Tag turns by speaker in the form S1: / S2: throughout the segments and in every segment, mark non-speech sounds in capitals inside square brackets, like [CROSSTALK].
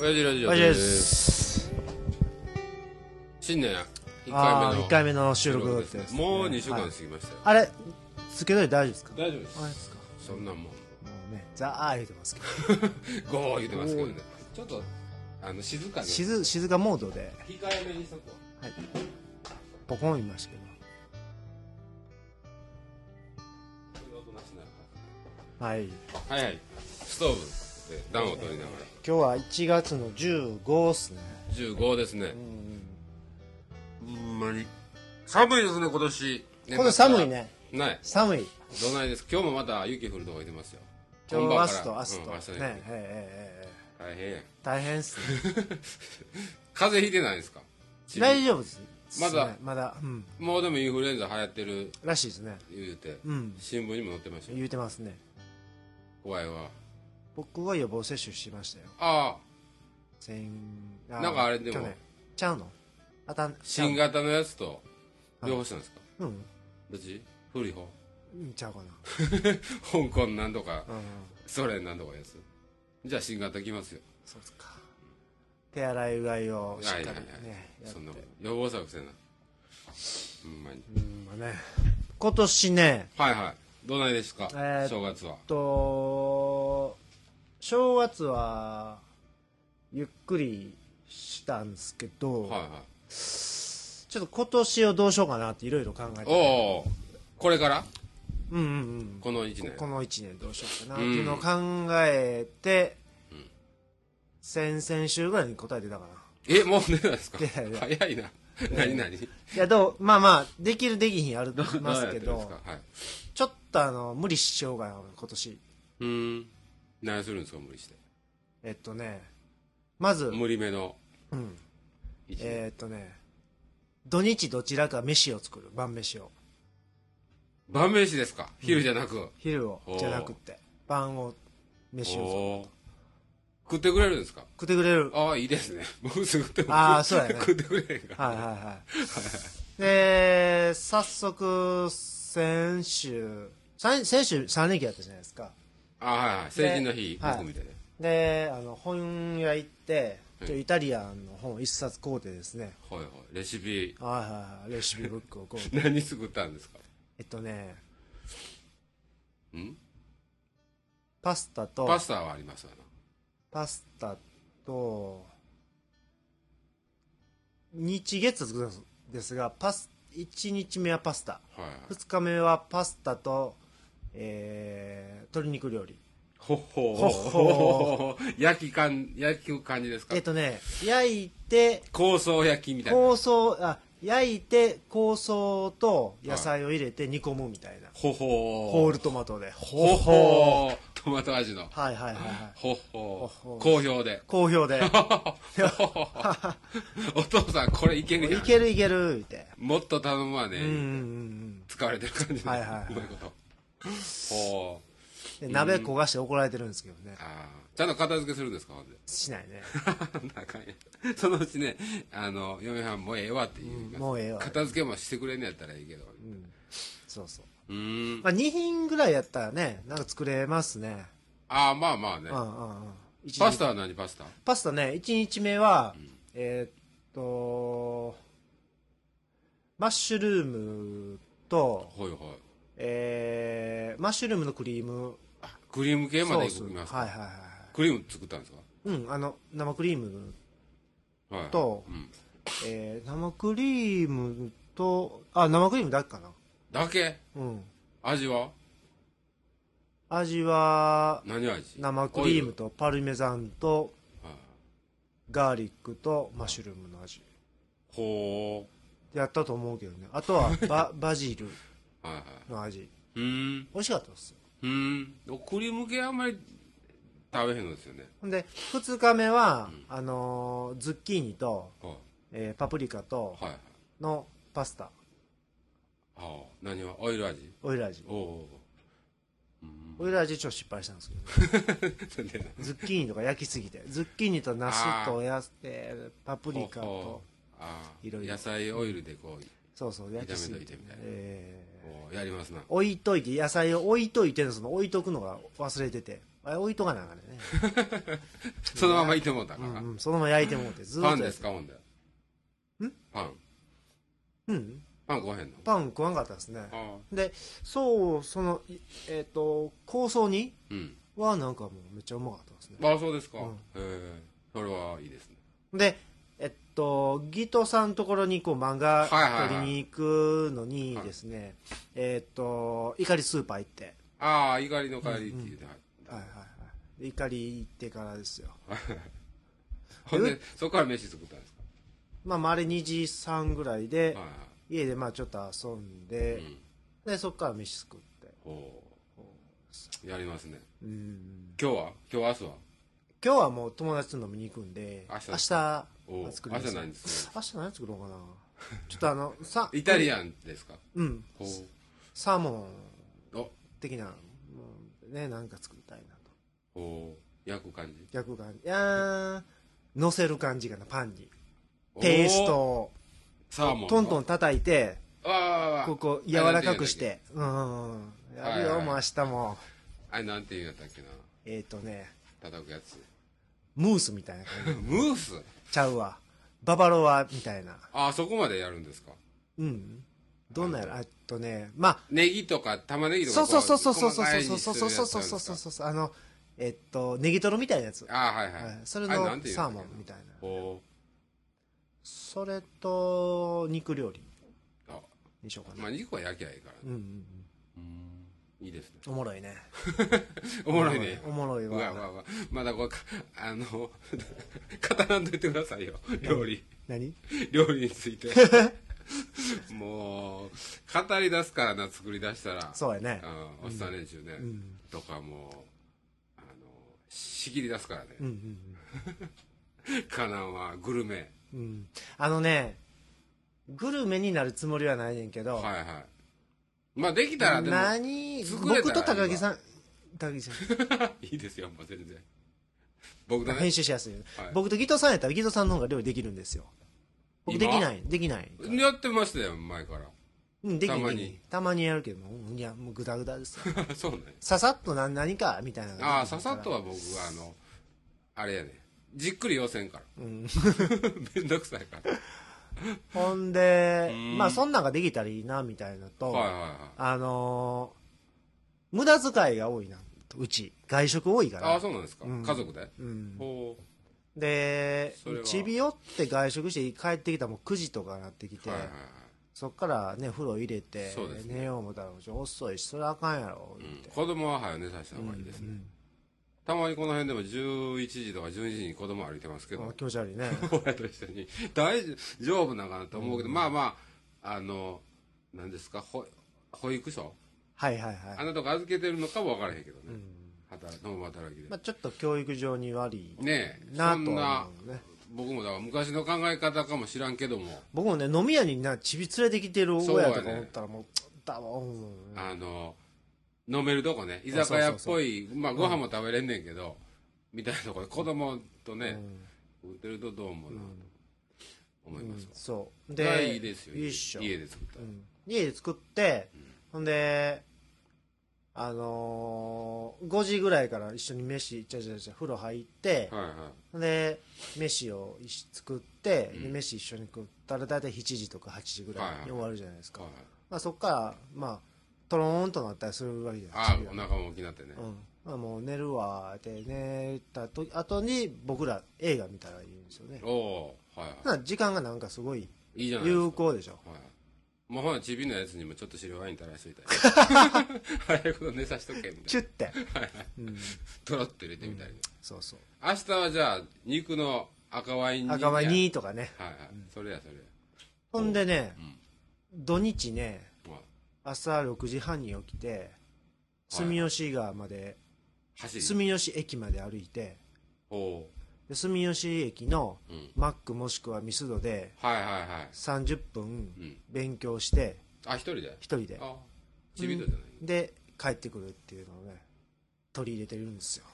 S1: 親父ラジオ
S2: マジ
S1: で
S2: ですす
S1: 新年1
S2: あ
S1: 回
S2: あ
S1: 目
S2: ー
S1: の
S2: 1回目の収
S1: 収録
S2: 録
S1: で
S2: ですす
S1: ね
S2: ね
S1: もう2週間
S2: はい
S1: 過ぎましたよ、
S2: あれ続けといて大丈夫ですか
S1: 大丈夫です
S2: あれですか
S1: そんなんもん
S2: もうねザー言うてますけど
S1: ゴー言ってますけどねちょっとあの静かに控
S2: 静静かモードで
S1: えめにしとこう
S2: はいポコン言いましたけどはい
S1: はいはいストーブで暖を取りなが
S2: 今日は1月の15っすね
S1: ら15ですね
S2: うん
S1: ほんまに寒いですね今年
S2: 今度寒いね
S1: ない
S2: 寒い
S1: どないです今日もまた雪降るとこいてますよ
S2: 今日
S1: 本番
S2: 明
S1: か
S2: 日と
S1: ら
S2: 明日
S1: うん明
S2: と
S1: 日
S2: ね
S1: ね
S2: ええええええ
S1: 大変や
S2: 大変っ
S1: [LAUGHS]
S2: すね
S1: 風邪ひいてないですかちび
S2: 大丈夫です
S1: まだ
S2: まだうん
S1: もうでもインフルエンザ流行ってる
S2: らしいですね
S1: 言うて
S2: うん
S1: 新聞にも載ってましたよ
S2: 言うてますね
S1: 怖いわ
S2: 僕は予防接種しましたよ
S1: ああ
S2: 先
S1: なんかあれでも
S2: 去年ちゃうのあたんちゃう
S1: 新型のやつと両方したんですか
S2: うん
S1: どっち古い方
S2: うんちゃうかな
S1: 香港なんとか
S2: うん
S1: ソ連なんとかのやつじゃあ新型きますよ
S2: そうっすか手洗いうがいをしっかりね
S1: はいはいはい
S2: やっ
S1: そ
S2: て
S1: んなこと予防策せなほんまに
S2: うんまあね今年ね
S1: はいはいどないですか、
S2: えー
S1: 正月は
S2: と正月はゆっくりしたんですけど、
S1: はいはい
S2: ちょっと今年をどうしようかなっていろいろ考え
S1: お
S2: て
S1: おこれから
S2: うんうんうん
S1: この1年
S2: この1年どうしようかなっていうのを考えて、先々週ぐらいに答えてたかな
S1: えもう出ないですか
S2: 出ない出な
S1: 早いな何何
S2: いやどうまあまあできるできひんあるますけ
S1: [LAUGHS] どうやってるんです
S2: ど
S1: かはい
S2: ちょっとあの無理しようかな今年
S1: うーん何するんですか無理して
S2: えっとねまず、
S1: 無理めの
S2: うん、
S1: 1年、
S2: えっとね土日どちらか飯を作る晩飯を
S1: 晩飯ですか昼じゃなく、
S2: 昼をじゃなくて晩を飯を
S1: おー食ってくれるんですか
S2: 食ってくれる
S1: ああいいですね [LAUGHS] 僕すぐ食っても
S2: あーそうやね
S1: 食ってくれへんから
S2: はいはい
S1: [LAUGHS]
S2: はいで早速先週さん先週3連休やったじゃないですか
S1: あーはいはい成人の日
S2: ではい
S1: 僕みたいな
S2: であの本屋行って
S1: うん
S2: ちょイタリアンの本を一冊買うてですね
S1: はいはいレシピ
S2: はいはいはいレシピブックを買うて
S1: 何作ったんですか
S2: えっとね
S1: ん
S2: パスタと
S1: パスタはありますわな
S2: パスタと日月作ったんですがパス1日目はパスタ
S1: はいはい
S2: 2日目はパスタと、えー、鶏肉料理
S1: ほっほー
S2: ほっほ
S1: 焼きかん焼き感じですか
S2: えっとね焼いて
S1: 香草焼きみたいな
S2: 香草あ焼いて香草と野菜を入れて煮込むみたいな、
S1: ほほー
S2: ホールトマトで
S1: ほ
S2: ほ
S1: ほートマト味の
S2: うはいはいはいはい
S1: ほっほ
S2: ほ
S1: ー
S2: っほー
S1: 好評で
S2: 好評 [LAUGHS] で
S1: [LAUGHS] お父さんこれいけるや
S2: い
S1: ん
S2: けるいけるって
S1: もっと頼むわね、
S2: うんうんうん
S1: 使われてる感じの
S2: はいはいはいう
S1: まいことほう
S2: うんで鍋焦がして怒られてるんですけどね
S1: あーちゃんと片付けするんですかほんで [LAUGHS]
S2: しないね
S1: なんかねそのうちねあの嫁はんもうええわって言います、
S2: うんもうええわ
S1: 片付けもしてくれんのやったらいいけど
S2: そうそう、
S1: うーん
S2: まあ、2品ぐらいやったらねなんか作れますね
S1: ああまあまあね
S2: うんうんうん一日
S1: パスタは何パスタ
S2: パスタね1日目は、えーっとマッシュルームと、
S1: ほいほい
S2: えーマッシュルームのクリーム
S1: あクリーム系ま
S2: ソ
S1: で
S2: ー
S1: い
S2: ス
S1: くきますか、
S2: はいはいはい
S1: クリーム作ったんですか
S2: うんあの生クリーム、
S1: はい
S2: と
S1: うん、
S2: えー生クリームとあ生クリームだけかな
S1: だけ
S2: うん
S1: 味は
S2: 味は
S1: 何味
S2: 生クリームとパルメザンと
S1: オイルはい
S2: ガーリックとマッシュルームの味
S1: ほ
S2: やったと思うけどねあと
S1: [LAUGHS]
S2: はババジル
S1: うはいはい
S2: の味
S1: うーん
S2: 美味しかったですよ
S1: うーんクリーム系あんまり食べへんのですよね
S2: ほんで2日目は、あのーズッキーニと、
S1: は
S2: えーパプリカと
S1: いはい
S2: のパスタ
S1: ああ何はオイル味
S2: オイル味
S1: おお
S2: [LAUGHS] オイル味ちょっと失敗したんで
S1: [LAUGHS]
S2: すけどね、
S1: ーなんでな
S2: ズッキーニとか焼きすぎてズッキーニとナスとや、えーパプリカ
S1: ほう
S2: と
S1: ほうああ
S2: いろいろ
S1: 野菜オイルでこう
S2: そうそう焼きすぎ
S1: 炒めといてみたいな
S2: えー
S1: こうやりますな
S2: 置いといて野菜を置いといてその置いとくのが忘れててあれ置いとかなあかんね
S1: [LAUGHS]
S2: んね。
S1: そのままいてもうたか
S2: う
S1: ら。
S2: んうん、そのまま焼いてもうて、ずーっ
S1: パ
S2: とやっ
S1: ン
S2: て。
S1: ですか、ほんで。んパン。
S2: うん。
S1: パン食わへんの
S2: パン食わんかったですね。
S1: ああ。
S2: で、そう、その、いえっ、と、構想に
S1: うん。
S2: はなんかもうめっちゃうまかったですね。
S1: ああ、そうですか。
S2: うん
S1: へえ。それはいいですね。
S2: で、えっと、ギトさんのところにこう漫
S1: は
S2: 画
S1: いはいはい
S2: 取りに行くのにですね、えっと、怒りスーパー行って、
S1: ああ、怒りの帰りって言うてはっ
S2: はいはいはい。で怒り行ってからですよ。
S1: ほんで、そこから飯作ったんですか
S2: まあ、まああれ2時3ぐらい
S1: は、
S2: で
S1: いはい。
S2: 家でまあちょっと遊んで、で、そっから飯作って。
S1: ほう。やりますね。
S2: うん。
S1: 今日は今日は明日は
S2: 今日はもう友達と飲みに行くんで、
S1: 明日
S2: 明日
S1: おう
S2: 作ります
S1: 明日何です
S2: 明日何作ろうかな。ちょっとあの、
S1: [LAUGHS]
S2: さ、
S1: イタリアンですか
S2: うん、
S1: ほう。
S2: サーモ
S1: お
S2: ン的な、もうね、なんか作りたいなと。
S1: ほう。焼く感じ
S2: 逆感じ。いやー、乗せる感じかな、パンに。ペースト
S1: おー
S2: を
S1: サーモンの。
S2: トントン叩いて、
S1: ああ。
S2: ここ柔らかくし。て。うん。やる
S1: はいは
S2: よ、
S1: い
S2: もう明日も。
S1: あれなんて言うんやったっけな。
S2: えっとね、
S1: 叩くやつ。 [LAUGHS]
S2: ムースみたいな感じ。
S1: ムース
S2: ちゃうわ。ババロアみたいな。
S1: ああ、そこまでやるんですか
S2: うん。どんなやろあとね、まあ、
S1: ネギとか玉ねぎとか
S2: そうそうそうそうそうそう
S1: 細かい
S2: そう
S1: にす
S2: そう
S1: る
S2: そう
S1: やつ
S2: そうそうそうそうあのえっとネギトロみたいなやつは
S1: ああはいはい、
S2: いそれ
S1: あ
S2: の
S1: なんていうん
S2: サ
S1: だ
S2: ー
S1: っけ
S2: モンみたいな
S1: ほ
S2: それと肉料理
S1: うあ
S2: にしようか
S1: ま
S2: な
S1: あ肉は焼きゃいいから、
S2: うんうん
S1: いいですね
S2: うんおもろいね
S1: おもろいね
S2: おもろいうわ
S1: わうわうわまだこうかあの [LAUGHS] 語らんといてくださいよ料理
S2: 何
S1: 料理につい
S2: [LAUGHS]
S1: てもう語り出すからな作り出したら
S2: そうやね
S1: うんおっさん練習ね、
S2: ん
S1: とかもうあの仕切り出すからね、
S2: うん
S1: かなはグルメ
S2: うんうんうんあのねグルメになるつもりはないねんけど
S1: はいはいまあできたらでも
S2: 何
S1: 作れたら
S2: 僕と高木さん高木さん
S1: [LAUGHS] いいですよ、もう全然。僕だね
S2: 編。集しやすいよ
S1: はい
S2: 僕とギトさんやったらギトさんの方が料理できるんですよ僕で
S1: 今
S2: きないできないから
S1: やってましたよ、前から。 [LAUGHS]
S2: うん、でき
S1: た
S2: る
S1: ま
S2: で
S1: に
S2: きるたまにやるけどもうんいやもうグダグダです [LAUGHS] よ
S1: そうね。
S2: ささっと何何かみたいなのが
S1: ああ、ささっとは僕は、あの、あれやね。じっくり寄せんから。 [LAUGHS] めんどくさいから。
S2: ほんで
S1: うん
S2: まあそんなんができたらいいなみたいなと、
S1: はいはいはい。
S2: あのー無駄遣いが多いなとうち外食多いから
S1: ああ、そうなんですか。
S2: うん
S1: 家族で。
S2: うん、
S1: ほ
S2: で
S1: それは
S2: ちびよって外食して帰ってきたらもう9時とかなってき
S1: う。
S2: て、
S1: はいはいは
S2: そっからね風呂入れて、
S1: そうですね
S2: 寝よう思ったらちょ遅いしそれあかんやろ
S1: い。
S2: 言
S1: う
S2: っ
S1: ん
S2: て、
S1: 子供は早寝させた方がいいです
S2: う
S1: ね。
S2: ん
S1: たまにこの辺でも11時とか12時に子供歩いてますけ
S2: あ
S1: ど、
S2: 気持ち悪いね
S1: [LAUGHS] 親と一緒に。大丈夫なのかなと思うけど、まあまあ、あの、何ですか、ほ保育所
S2: はいはいはい
S1: あなたが預けてるのかも分からへんけどね、働共働きで、
S2: まあ、ちょっと教育上に悪い
S1: ねえ
S2: な
S1: そ
S2: と
S1: んな
S2: は思うね
S1: 僕もだから昔の考え方かもしらんけども、
S2: 僕もね飲み屋になちび連れてきてる
S1: そうや
S2: 親
S1: ね
S2: とか思ったらもうだわ思うね
S1: あの飲めるとこね居酒屋っぽいまあご飯も食べれんねんけど、みたいなとこで子供とね、売ってるとどうもなと思いますわ、
S2: そう
S1: それはいい
S2: で
S1: ですよ
S2: いいっしょ
S1: 家で作った
S2: う
S1: ら、
S2: ん家で作って、ほんであのー、5時ぐらいから一緒に飯ちゃちゃちゃ風呂入って、
S1: はいはい
S2: ほんで飯を一緒に作って、で飯一緒に食ったら大体7時とか8時ぐらいに終わるじゃないですか、
S1: はいはい
S2: まあ、そっからまあトローンとなったりするわけじゃないです
S1: あ
S2: か
S1: あお腹も大きくなってね、
S2: うんまあ、もう寝るわーって寝たと後に僕ら映画見たらいいんですよね
S1: おおはいは
S2: なんか時間がなんかすごい
S1: いいいじゃないですか
S2: 有効でしょ
S1: はい。もうほら、チビのやつにもちょっと白ワイン垂らしといたり。
S2: [LAUGHS]
S1: 早いこと寝さしとけ、みた
S2: チ
S1: い
S2: ュッて
S1: な。とろっと入れてみたりね。
S2: そうそう
S1: 明日はじゃあ、肉の赤ワイン煮
S2: 赤ワイン。にとかね
S1: はいはい。それや、それや。
S2: ほんでね、
S1: ん
S2: 土日ね
S1: まあ、
S2: 朝6時半に起きて
S1: はい
S2: 住吉川まで、
S1: 走り。
S2: 住吉駅まで歩いて
S1: ほ
S2: で住吉駅の
S1: う。うん。
S2: マックもしくはミスドで
S1: はいはいはい。
S2: 30
S1: う
S2: 分
S1: ん。
S2: 勉強して
S1: あ、一人で
S2: 一人で
S1: あ、チビとじゃない。
S2: で帰ってくるっていうのをね取り入れてるんですよ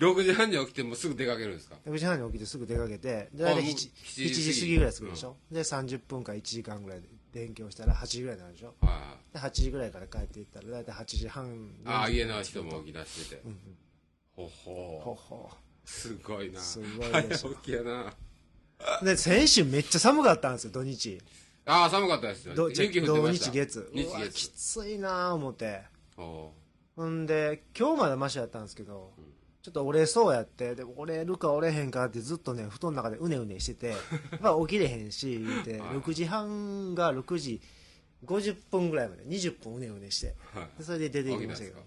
S1: 6時半に起きてもうすぐ出かけるんですか
S2: 6時半に起きてすぐ出かけてで
S1: あ
S2: 大体
S1: もう
S2: 7,
S1: 7
S2: 7時過ぎぐらいするでしょ、で30分から1時間ぐらいで勉強したら8時ぐらいになるでしょ
S1: はいはい。
S2: で8時ぐらいから帰っていったら大体8時半
S1: ああ、
S2: 40
S1: 家の人も起き出してて。ほ
S2: ほ
S1: ほ
S2: ほ
S1: すごいな
S2: すごい
S1: 早
S2: で
S1: 起
S2: しょ
S1: きやな
S2: で先週めっちゃ寒かったんですよ土日
S1: ああ寒かったですよ
S2: どじゃ
S1: 雪降ってました
S2: 土日月
S1: 日
S2: うわき
S1: 月
S2: ついなぁ思って
S1: ほ
S2: ほんで今日まだマシやったんですけど、ちょっと折れそうやってで折れるか折れへんかってずっとね布団の中でうねうねしてて [LAUGHS] まあ起きれへんし言うて
S1: はい
S2: 6時半が6時50分ぐらいまで20分うねうねして
S1: うはい
S2: でそれで出て行きましたけど
S1: 起き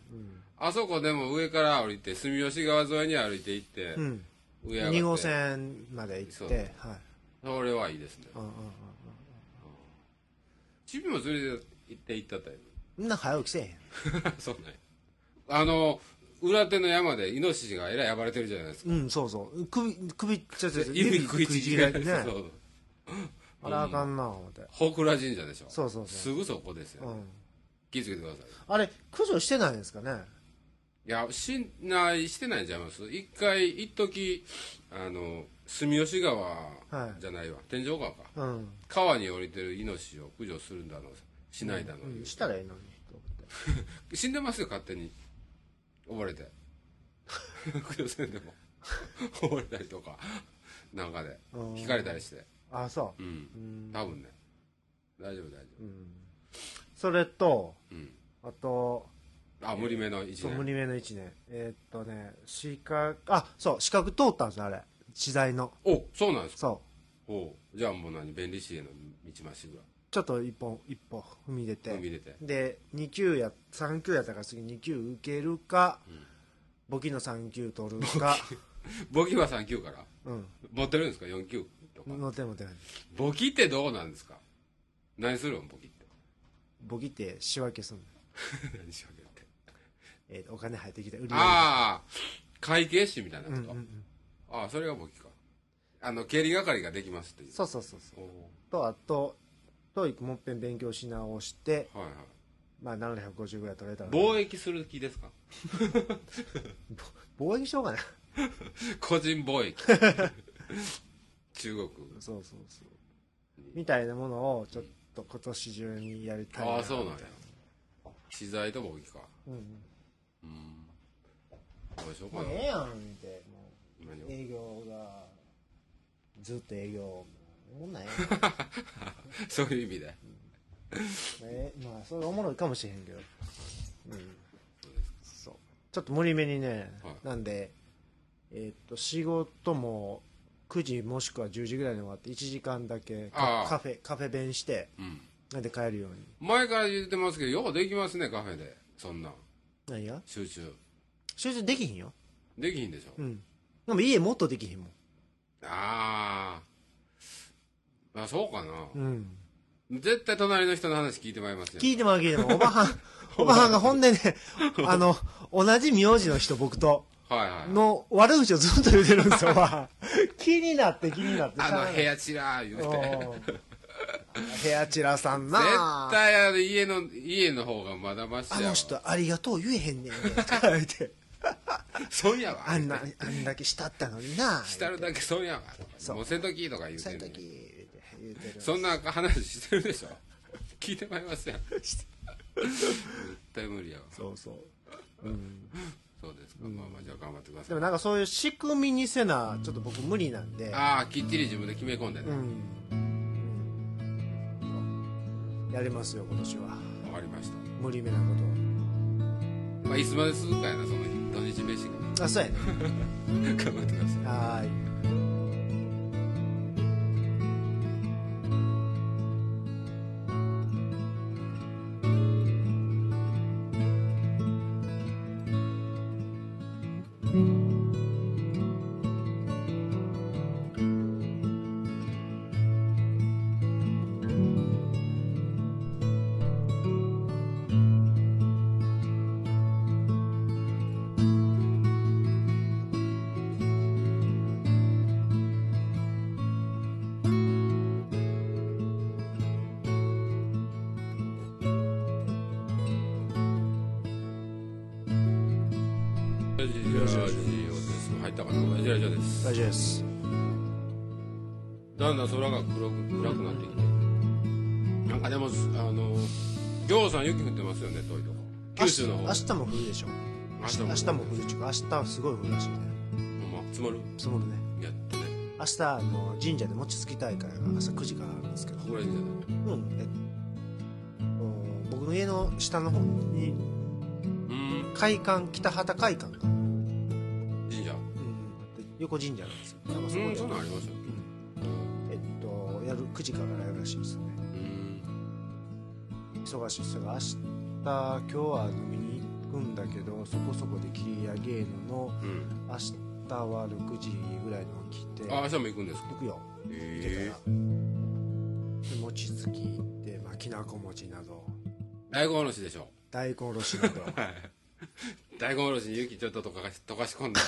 S1: あそこでも上から降りて住吉川沿いに歩いて行って、
S2: うん、うん
S1: 上上がって
S2: 2号線まで行
S1: そ
S2: っ
S1: う
S2: てはい
S1: それはいいですね
S2: うんうんうん
S1: チビも連れて行って行ったったよ
S2: みんな早起きせえへん
S1: [LAUGHS] そうねあの裏手の山でイノシシがえらい暴れてるじゃないですか
S2: うん、そうそう。首、首、ちょちょちょ、
S1: 指食いちぎられて
S2: ね。
S1: [LAUGHS] そう
S2: あらあかんな、思って。
S1: ほくら神社でしょ
S2: そうそうそ
S1: すぐそこですよ、
S2: う。うん。
S1: 気をつけてください
S2: あれ、駆除してないんですかね
S1: いやしないしてないんちゃいます一回一時あの住吉川
S2: はい
S1: じゃないわ、天井川か
S2: うん。
S1: 川に降りてるイノシシを駆除するんだのしないだの、
S2: うんしたらいいのに、と思って。
S1: 死んでますよ勝手に溺れて [LAUGHS] 駆除せんでも [LAUGHS] 溺れたりとかなんかで
S2: うん
S1: 引かれたりして
S2: あ、そ
S1: うん
S2: う。うん。
S1: 多分ね大丈夫大丈
S2: うん。それ
S1: 夫
S2: と、
S1: うん
S2: あと、
S1: あ無理めの一
S2: そう、
S1: 年
S2: 無理目の1年。えーっとね、資格、あ、そう、資格通ったんですよ、あれ。知財の。
S1: おそうなんですか
S2: そ
S1: おうじゃあもう何便利士への道まっしぐ
S2: う。ちょっと一本、一歩踏み出て
S1: ら。海出て
S2: で2級や3級やったから次2級受けるか、
S1: ん
S2: 簿記の3級取るか、
S1: 簿記は3級から
S2: うん、
S1: 持ってるんですか4級とか
S2: のてもてない
S1: 簿記ってどうなんですか何するん簿記って
S2: [LAUGHS] 簿記って仕分けすんの、
S1: 何しようけって
S2: えーお金入ってきた売り上げ
S1: ああ会計士みたいな
S2: うん
S1: こ
S2: うん
S1: と、
S2: うん、
S1: ああそれが簿記かあの経理係ができますっていう
S2: そうそうそうそう
S1: お
S2: とあと TOEIC もっぺん勉強し直して、
S1: はいはい
S2: まあ、750ぐらい取れたら
S1: 貿易する気ですか
S2: 貿易しようかな
S1: 個人貿
S2: [LAUGHS]
S1: 易中国
S2: そうそうそうみたいなものをちょっと今年中にやりたい
S1: ああそうなんや
S2: みたい
S1: 資材と貿易か
S2: うんうん
S1: うんどうしよう
S2: ま
S1: か
S2: あ
S1: な
S2: ええやんみたいなもう
S1: 何を [LAUGHS]
S2: 営業がずっと営業もうない
S1: そういう意味で
S2: え [LAUGHS] まあそれおもろいかもしれへんけどうんそうちょっと無理めにね、
S1: はい
S2: なんでえーっと仕事も9時もしくは10時ぐらいに終わって1時間だけ
S1: あ
S2: カ
S1: あ
S2: カフェカフェ弁して
S1: うん
S2: なんで帰るように
S1: 前から言ってますけどようできますねカフェでそんなん
S2: 何が
S1: 集中
S2: 集中できひんよ
S1: できひんでしょ、
S2: うんでも家もっとできひんもん
S1: あーあそうかな、
S2: うん
S1: 絶対隣の人の話聞いてまいりますよ
S2: 聞いてもらう聞いてもらうおば [LAUGHS] はんおばはんが本音で [LAUGHS] ねあの同じ名字の人僕と
S1: はいはい
S2: の悪口をずっと言うてるんですよ、まあ [LAUGHS] 気になって気になって
S1: あの部
S2: 屋
S1: 屋ちらー言う [LAUGHS] て
S2: 部屋チラさんな
S1: 絶対あの家の家の方がまだまし
S2: あ
S1: や
S2: の
S1: わ
S2: 人ありがとう言えへんねんねとか言って
S1: 損やわ
S2: [LAUGHS] あんなあんだけしたったのにな
S1: したるだけ損やわと
S2: そ
S1: か
S2: う
S1: もうせんときとか言う
S2: そ
S1: て
S2: の
S1: んねん
S2: 時言うてる
S1: そんな話してるでしょ [LAUGHS] 聞いてまいり
S2: [LAUGHS]
S1: ますやん
S2: して
S1: 絶対無理やわ
S2: そうそう、うん、
S1: そうですか、まあまあじゃあ頑張ってくだ
S2: で
S1: さい
S2: もなんかそういう仕組みにせなちょっと僕無理なんで
S1: ああきっちり自分で決め込んでね
S2: うん、うんやりますよ今年は
S1: わかりました
S2: 無理めなこ
S1: まあいつまで続くかやなその日土日飯が
S2: とあそうや
S1: [LAUGHS]
S2: ね
S1: 頑張ってください
S2: はーい
S1: ラジオです入ったかなラジオです
S2: 大丈夫です
S1: だんだん空が黒く暗くなってきてなんかでもあの行さん雪降ってますよね遠いとこ九州の
S2: 明
S1: 方
S2: 日明日も降るでしょ
S1: 明
S2: 明
S1: 日
S2: 日
S1: も
S2: 明日も降るっていうか明日すごい降るらしいね
S1: ほんま積もる
S2: 積もるね
S1: やってね
S2: 明日あの神社で餅つき大会が朝9時からあるんですけど
S1: ここら辺じゃない
S2: うんえっと僕の家の下の方に
S1: うん
S2: 会館北畑会館が、うん、
S1: 神社
S2: で横神社なんですよだからそこ
S1: う
S2: で
S1: んそんなんありますよ
S2: えっとやる9時からやるらしいですね
S1: うん
S2: 忙しいですが明日今日は飲みに行くんだけどそこそこで切り上げるの
S1: うん
S2: 明日は6時ぐらいの起きて
S1: あ明日も行くんですか
S2: 行くよ出
S1: え
S2: たら、で餅つき行って、まあ、きなこ餅など
S1: え大根おろしでしょ
S2: 大根おろし [LAUGHS] など
S1: 大根おろしに雪ちょっと溶かし溶かし [LAUGHS] 込んで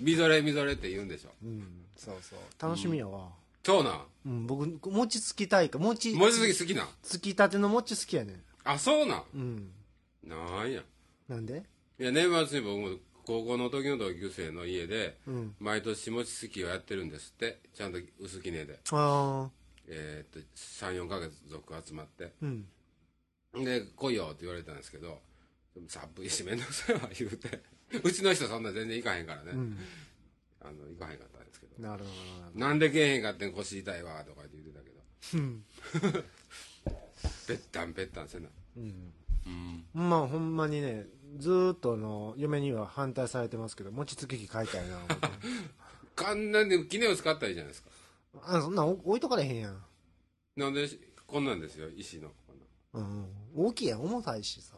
S1: みぞれみぞれって言うんでしょ
S2: うんそうそう楽しみやわ、
S1: そうなん
S2: うん僕餅つき大会餅
S1: 餅つき好きなん
S2: つきたての餅好きやね
S1: あそうなん
S2: んうん
S1: なんや
S2: なんで
S1: いや年末に僕も高校の時の同級生の家で
S2: うん
S1: 毎年餅つきをやってるんですってちゃんと薄きねで
S2: ああ
S1: えーっと34ヶ月続集まって
S2: うん
S1: で来いよって言われたんですけどでも寒いし面倒くさいわ言うて [LAUGHS] うちの人そんな全然行かへんからね、
S2: うん
S1: あの行かへんかったんですけど
S2: なるほどなる
S1: なんでけえへんかってん腰痛いわとかって言ってたけど
S2: ほどうん
S1: [LAUGHS] ぺったんぺったんせな
S2: うん
S1: うん
S2: まあほんまにねずーっとあの嫁には反対されてますけど餅つき機買いたいな思って
S1: [LAUGHS] 簡単にきねを使ったらいいじゃないですか
S2: あそんなん置いとかれへんやん、
S1: なんでこんなんですよ石のこんなん
S2: うん、大きいやん重たいしさ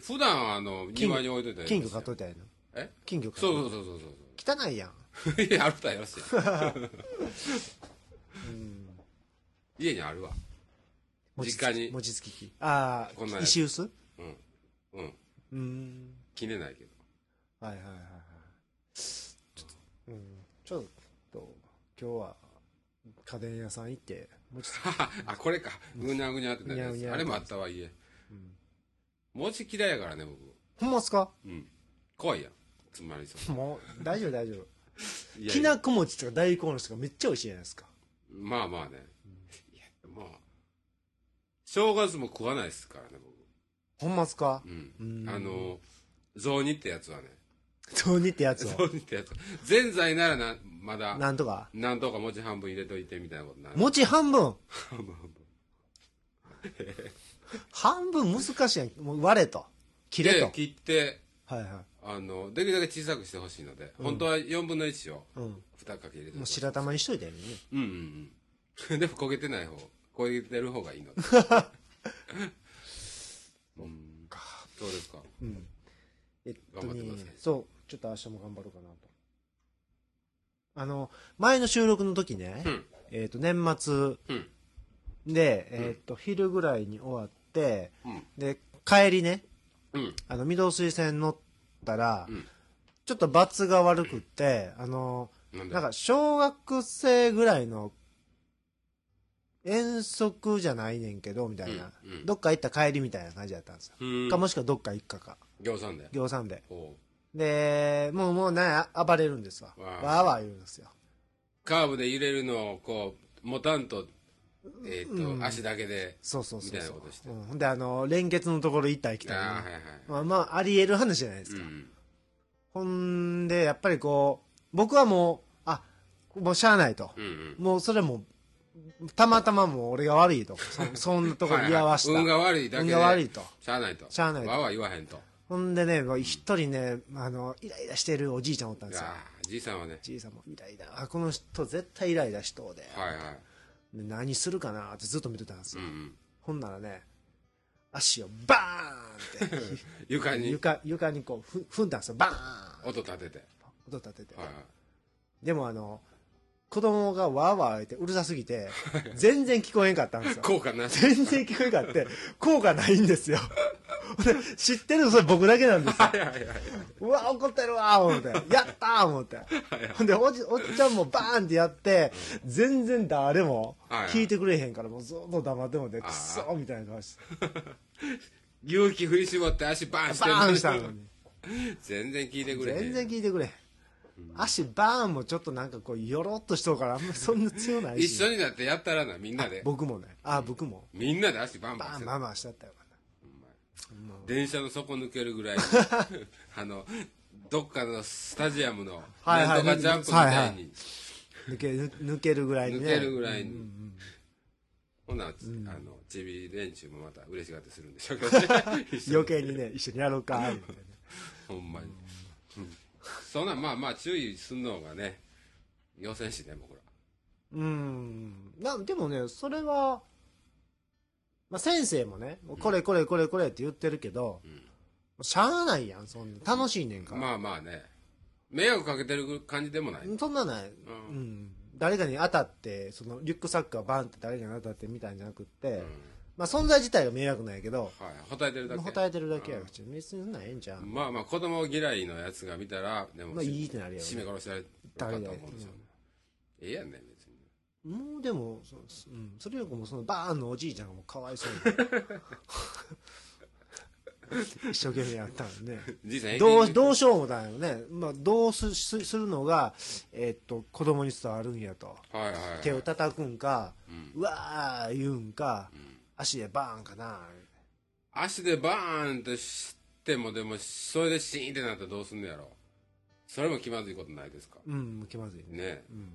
S1: 普段はあの
S2: 金魚
S1: 庭に置いといたらいい
S2: 金
S1: で
S2: 魚
S1: すよ
S2: 買っといたらいいの
S1: え
S2: 金魚買っ
S1: そう
S2: と
S1: そうそうそう [LAUGHS]
S2: いた汚いやん
S1: そういやあるたらよろしい
S2: うん
S1: 家にあるわ
S2: 餅つき
S1: 実家に
S2: 餅つき機あ
S1: こんなん
S2: あ
S1: やつ
S2: 石臼
S1: うんうん
S2: うん
S1: きねないけど
S2: はいはいはいはいちょっとうんちょっと今日は家電屋さん行って餅つき、
S1: [LAUGHS] あこれかぐにゃぐにゃってなるや
S2: ぐに
S1: つ
S2: ゃぐにゃ
S1: あれもあったわ家
S2: うん、
S1: 餅嫌いやからね僕
S2: ほんまっすか
S1: うん怖いやんつまりそ
S2: もう大丈夫大丈夫
S1: ういや
S2: きなこ餅とか大根おろしとかめっちゃ美味しいじゃないですか
S1: まあまあねいやまあ正月も食わないですからね
S2: ほんまっすか
S1: 僕うん
S2: うん
S1: あの雑煮ってやつはね
S2: 雑煮ってやつ
S1: 雑
S2: を
S1: 煮ってやつぜんざいならなまだ
S2: なんとか
S1: なんとか餅半分入れといてみたいなことになる [LAUGHS]
S2: 餅半分
S1: 半分半分
S2: 半分難しいやんもう割れと切れと
S1: で切って
S2: はいは
S1: あのできるだけ小さくしてほしいので、本当は4分の1を
S2: い、うん、
S1: 2かけ入れて
S2: もう
S1: ほしい
S2: 白玉にしといたらいいね
S1: うんうんうん [LAUGHS] でも焦げてない方焦げてる方がいい
S2: [LAUGHS]
S1: のでうんそうですか
S2: うんえっと
S1: 頑張って
S2: ね
S1: ください
S2: そうちょっと明日も頑張ろうかなとあの前の収録の時ね、
S1: うん
S2: えっと年末
S1: うん
S2: で、えっと昼ぐらいに終わって
S1: うん
S2: で帰りね
S1: うん
S2: あの御堂水線乗ったら、
S1: うん
S2: ちょっと罰が悪くって、あの
S1: なんだ
S2: なんか小学生ぐらいの遠足じゃないねんけどみたいな、
S1: うんうん
S2: どっか行った帰りみたいな感じだったんですよ、
S1: うーん
S2: かもしくはどっか行くかか
S1: 餃子で
S2: 行産で
S1: こ
S2: でもうもうなんや暴れるんですわ
S1: わ
S2: わ
S1: あ
S2: ーわー言うんですよ
S1: うカーブで入れるのをこう持たんと,、えーと
S2: うん
S1: 足だけで
S2: そうそうそう
S1: みたい
S2: そ
S1: なことして
S2: う、うん、ほんであの連結のところ行った行
S1: あ
S2: きたい
S1: あ
S2: な
S1: はいはい
S2: まあまあありえる話じゃないです
S1: う
S2: か、
S1: ん
S2: ほんでやっぱりこう僕はもうあもうしゃあないと、
S1: うんうん
S2: もうそれもたまたまもう俺が悪いとそそんなところ居合わせた、
S1: はいはい運が悪いだけ
S2: 運
S1: で
S2: が悪いと
S1: しゃあないと
S2: しゃあないと
S1: わは言わへんと
S2: ほんでね、もう一人ね、あの、イライラしてるおじいちゃんおったん
S1: い
S2: ですよ。
S1: やーじいさんはね
S2: じいさんもイライラ。あ、この人絶対イライラしとうで。
S1: はいはい
S2: で何するかなってずっと見てたんです
S1: う
S2: よ。
S1: んうん
S2: ほんならね、足をバーンっ
S1: 床
S2: て
S1: に
S2: 床、床にこうふ踏んだんですよ。バーン
S1: 音立てて
S2: 音立てて。
S1: はいはい
S2: でもあの、子供がわーわー言ってうるさす
S1: [LAUGHS]
S2: ぎて、全然聞こえんかったんですよ。
S1: 効果
S2: [LAUGHS]
S1: なし
S2: 全然聞こえんかって、効果ないんですよ。 [LAUGHS] ほんで知ってるのそれ僕だけなんですよ。
S1: はいはいはいう
S2: わ、怒ってるわ、思って。やったー、思って。ほんで、おじ、おっちゃんもバーンってやって、全然誰も
S1: はいはい
S2: 聞いてくれへんから、もうずっと黙ってもって、
S1: あー
S2: くっそーみたいな顔して、
S1: 勇気振り絞って足バーンして
S2: バ
S1: る
S2: ーンしたのに。
S1: 全然聞いてくれへん
S2: 全然聞いてくれへん。足バーンもちょっとなんかこう、よろっとしとうから、あんまりそんな強ない
S1: 一
S2: し。
S1: 緒になってやったらなみんなで
S2: 僕もね。あー、僕も。
S1: みんなで足バンバ
S2: バ
S1: ンして
S2: ーン、
S1: る
S2: ママしちゃったよ。
S1: ほんまや
S2: まあ
S1: 電車の底抜けるぐ
S2: [LAUGHS]
S1: らいあのどっかのスタジアムの
S2: はい
S1: なん
S2: はい
S1: とかジャンプみたいに
S2: 抜ける抜けるぐらいに
S1: 抜
S2: ね
S1: けるぐらい
S2: うん
S1: に
S2: うん
S1: ほな、あのちび連中もまた嬉しがってするんでしょうけどね一緒に
S2: [LAUGHS] 余計にね一緒にやろうかみたいな
S1: [LAUGHS] ほんまに、うんそんなんまあまあ注意すんのがね要選手ね僕ら
S2: うんなでもねそれは、まあ、先生もねこれこれこれこれって言ってるけど、しゃあないやんそんな楽しいねんから、
S1: まあまあね迷惑かけてる感じでもない、
S2: そんなない、うん誰かに当たってそのリュックサックがバンって誰かに当たってみたいんじゃなくって、
S1: うん
S2: まあ、存在自体が迷惑なんやけど
S1: はいほたえてるだけ
S2: ほたえてるだけやから別にそんなんええんちゃう、
S1: まあまあ子供嫌いのやつが見たらでも、
S2: まあいいってなるやろね
S1: 締め殺しられたと思うんですよねええやんね別に
S2: もうでもそ,、うん、それよりもそのバーンのおじいちゃんがもうかわい
S1: [LAUGHS]
S2: そうに [LAUGHS] 一生懸命やったんでね
S1: じいさん
S2: どう、
S1: 駅に
S2: どうしようもないよね。まあ、どうす、すするのが、えっと、子供に伝わるんやと。
S1: はいはいはい
S2: 手を叩くんか、
S1: うん
S2: うわー言うんか、
S1: ん
S2: 足でバーンかな。
S1: 足でバーンとしてもでもそれでシーンってなったらどうすんのやろそれも気まずいことないですか
S2: うん、気まずいね。
S1: ねえ
S2: うん。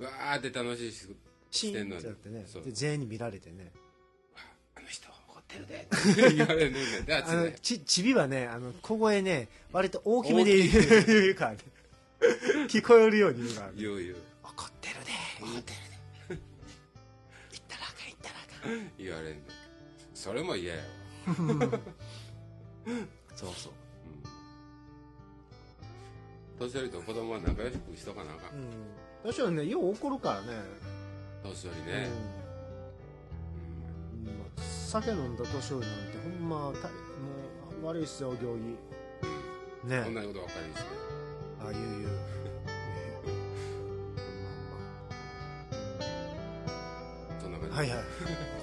S1: うわーって楽しいし
S2: シ
S1: してん
S2: ー
S1: の
S2: ンっ
S1: に
S2: てなってね
S1: そう。
S2: で、全員に見られてね。
S1: あの人怒ってるでって言われるね
S2: [LAUGHS]
S1: んであっち
S2: あの、
S1: ね
S2: ち、ちびはね、あの、小声ね、割と大きめで言う言うからね。 [LAUGHS] 聞こえるように言うからね。
S1: 言う言う
S2: 怒ってるで。怒ってるで。言ったらあかん、言ったらあかん。
S1: 言われるねんそれも嫌やわ
S2: そうそう。
S1: 年寄りと子供は仲良しくしとかなあかん
S2: うん。確かにね、よう怒るからね。
S1: 年寄りね
S2: うんまあ酒飲んだ年寄りなんてほんまたもう悪いっすよ行儀
S1: こん
S2: ね
S1: なことばっかりですね
S2: ああいういう
S1: そんな感じ
S2: はいはい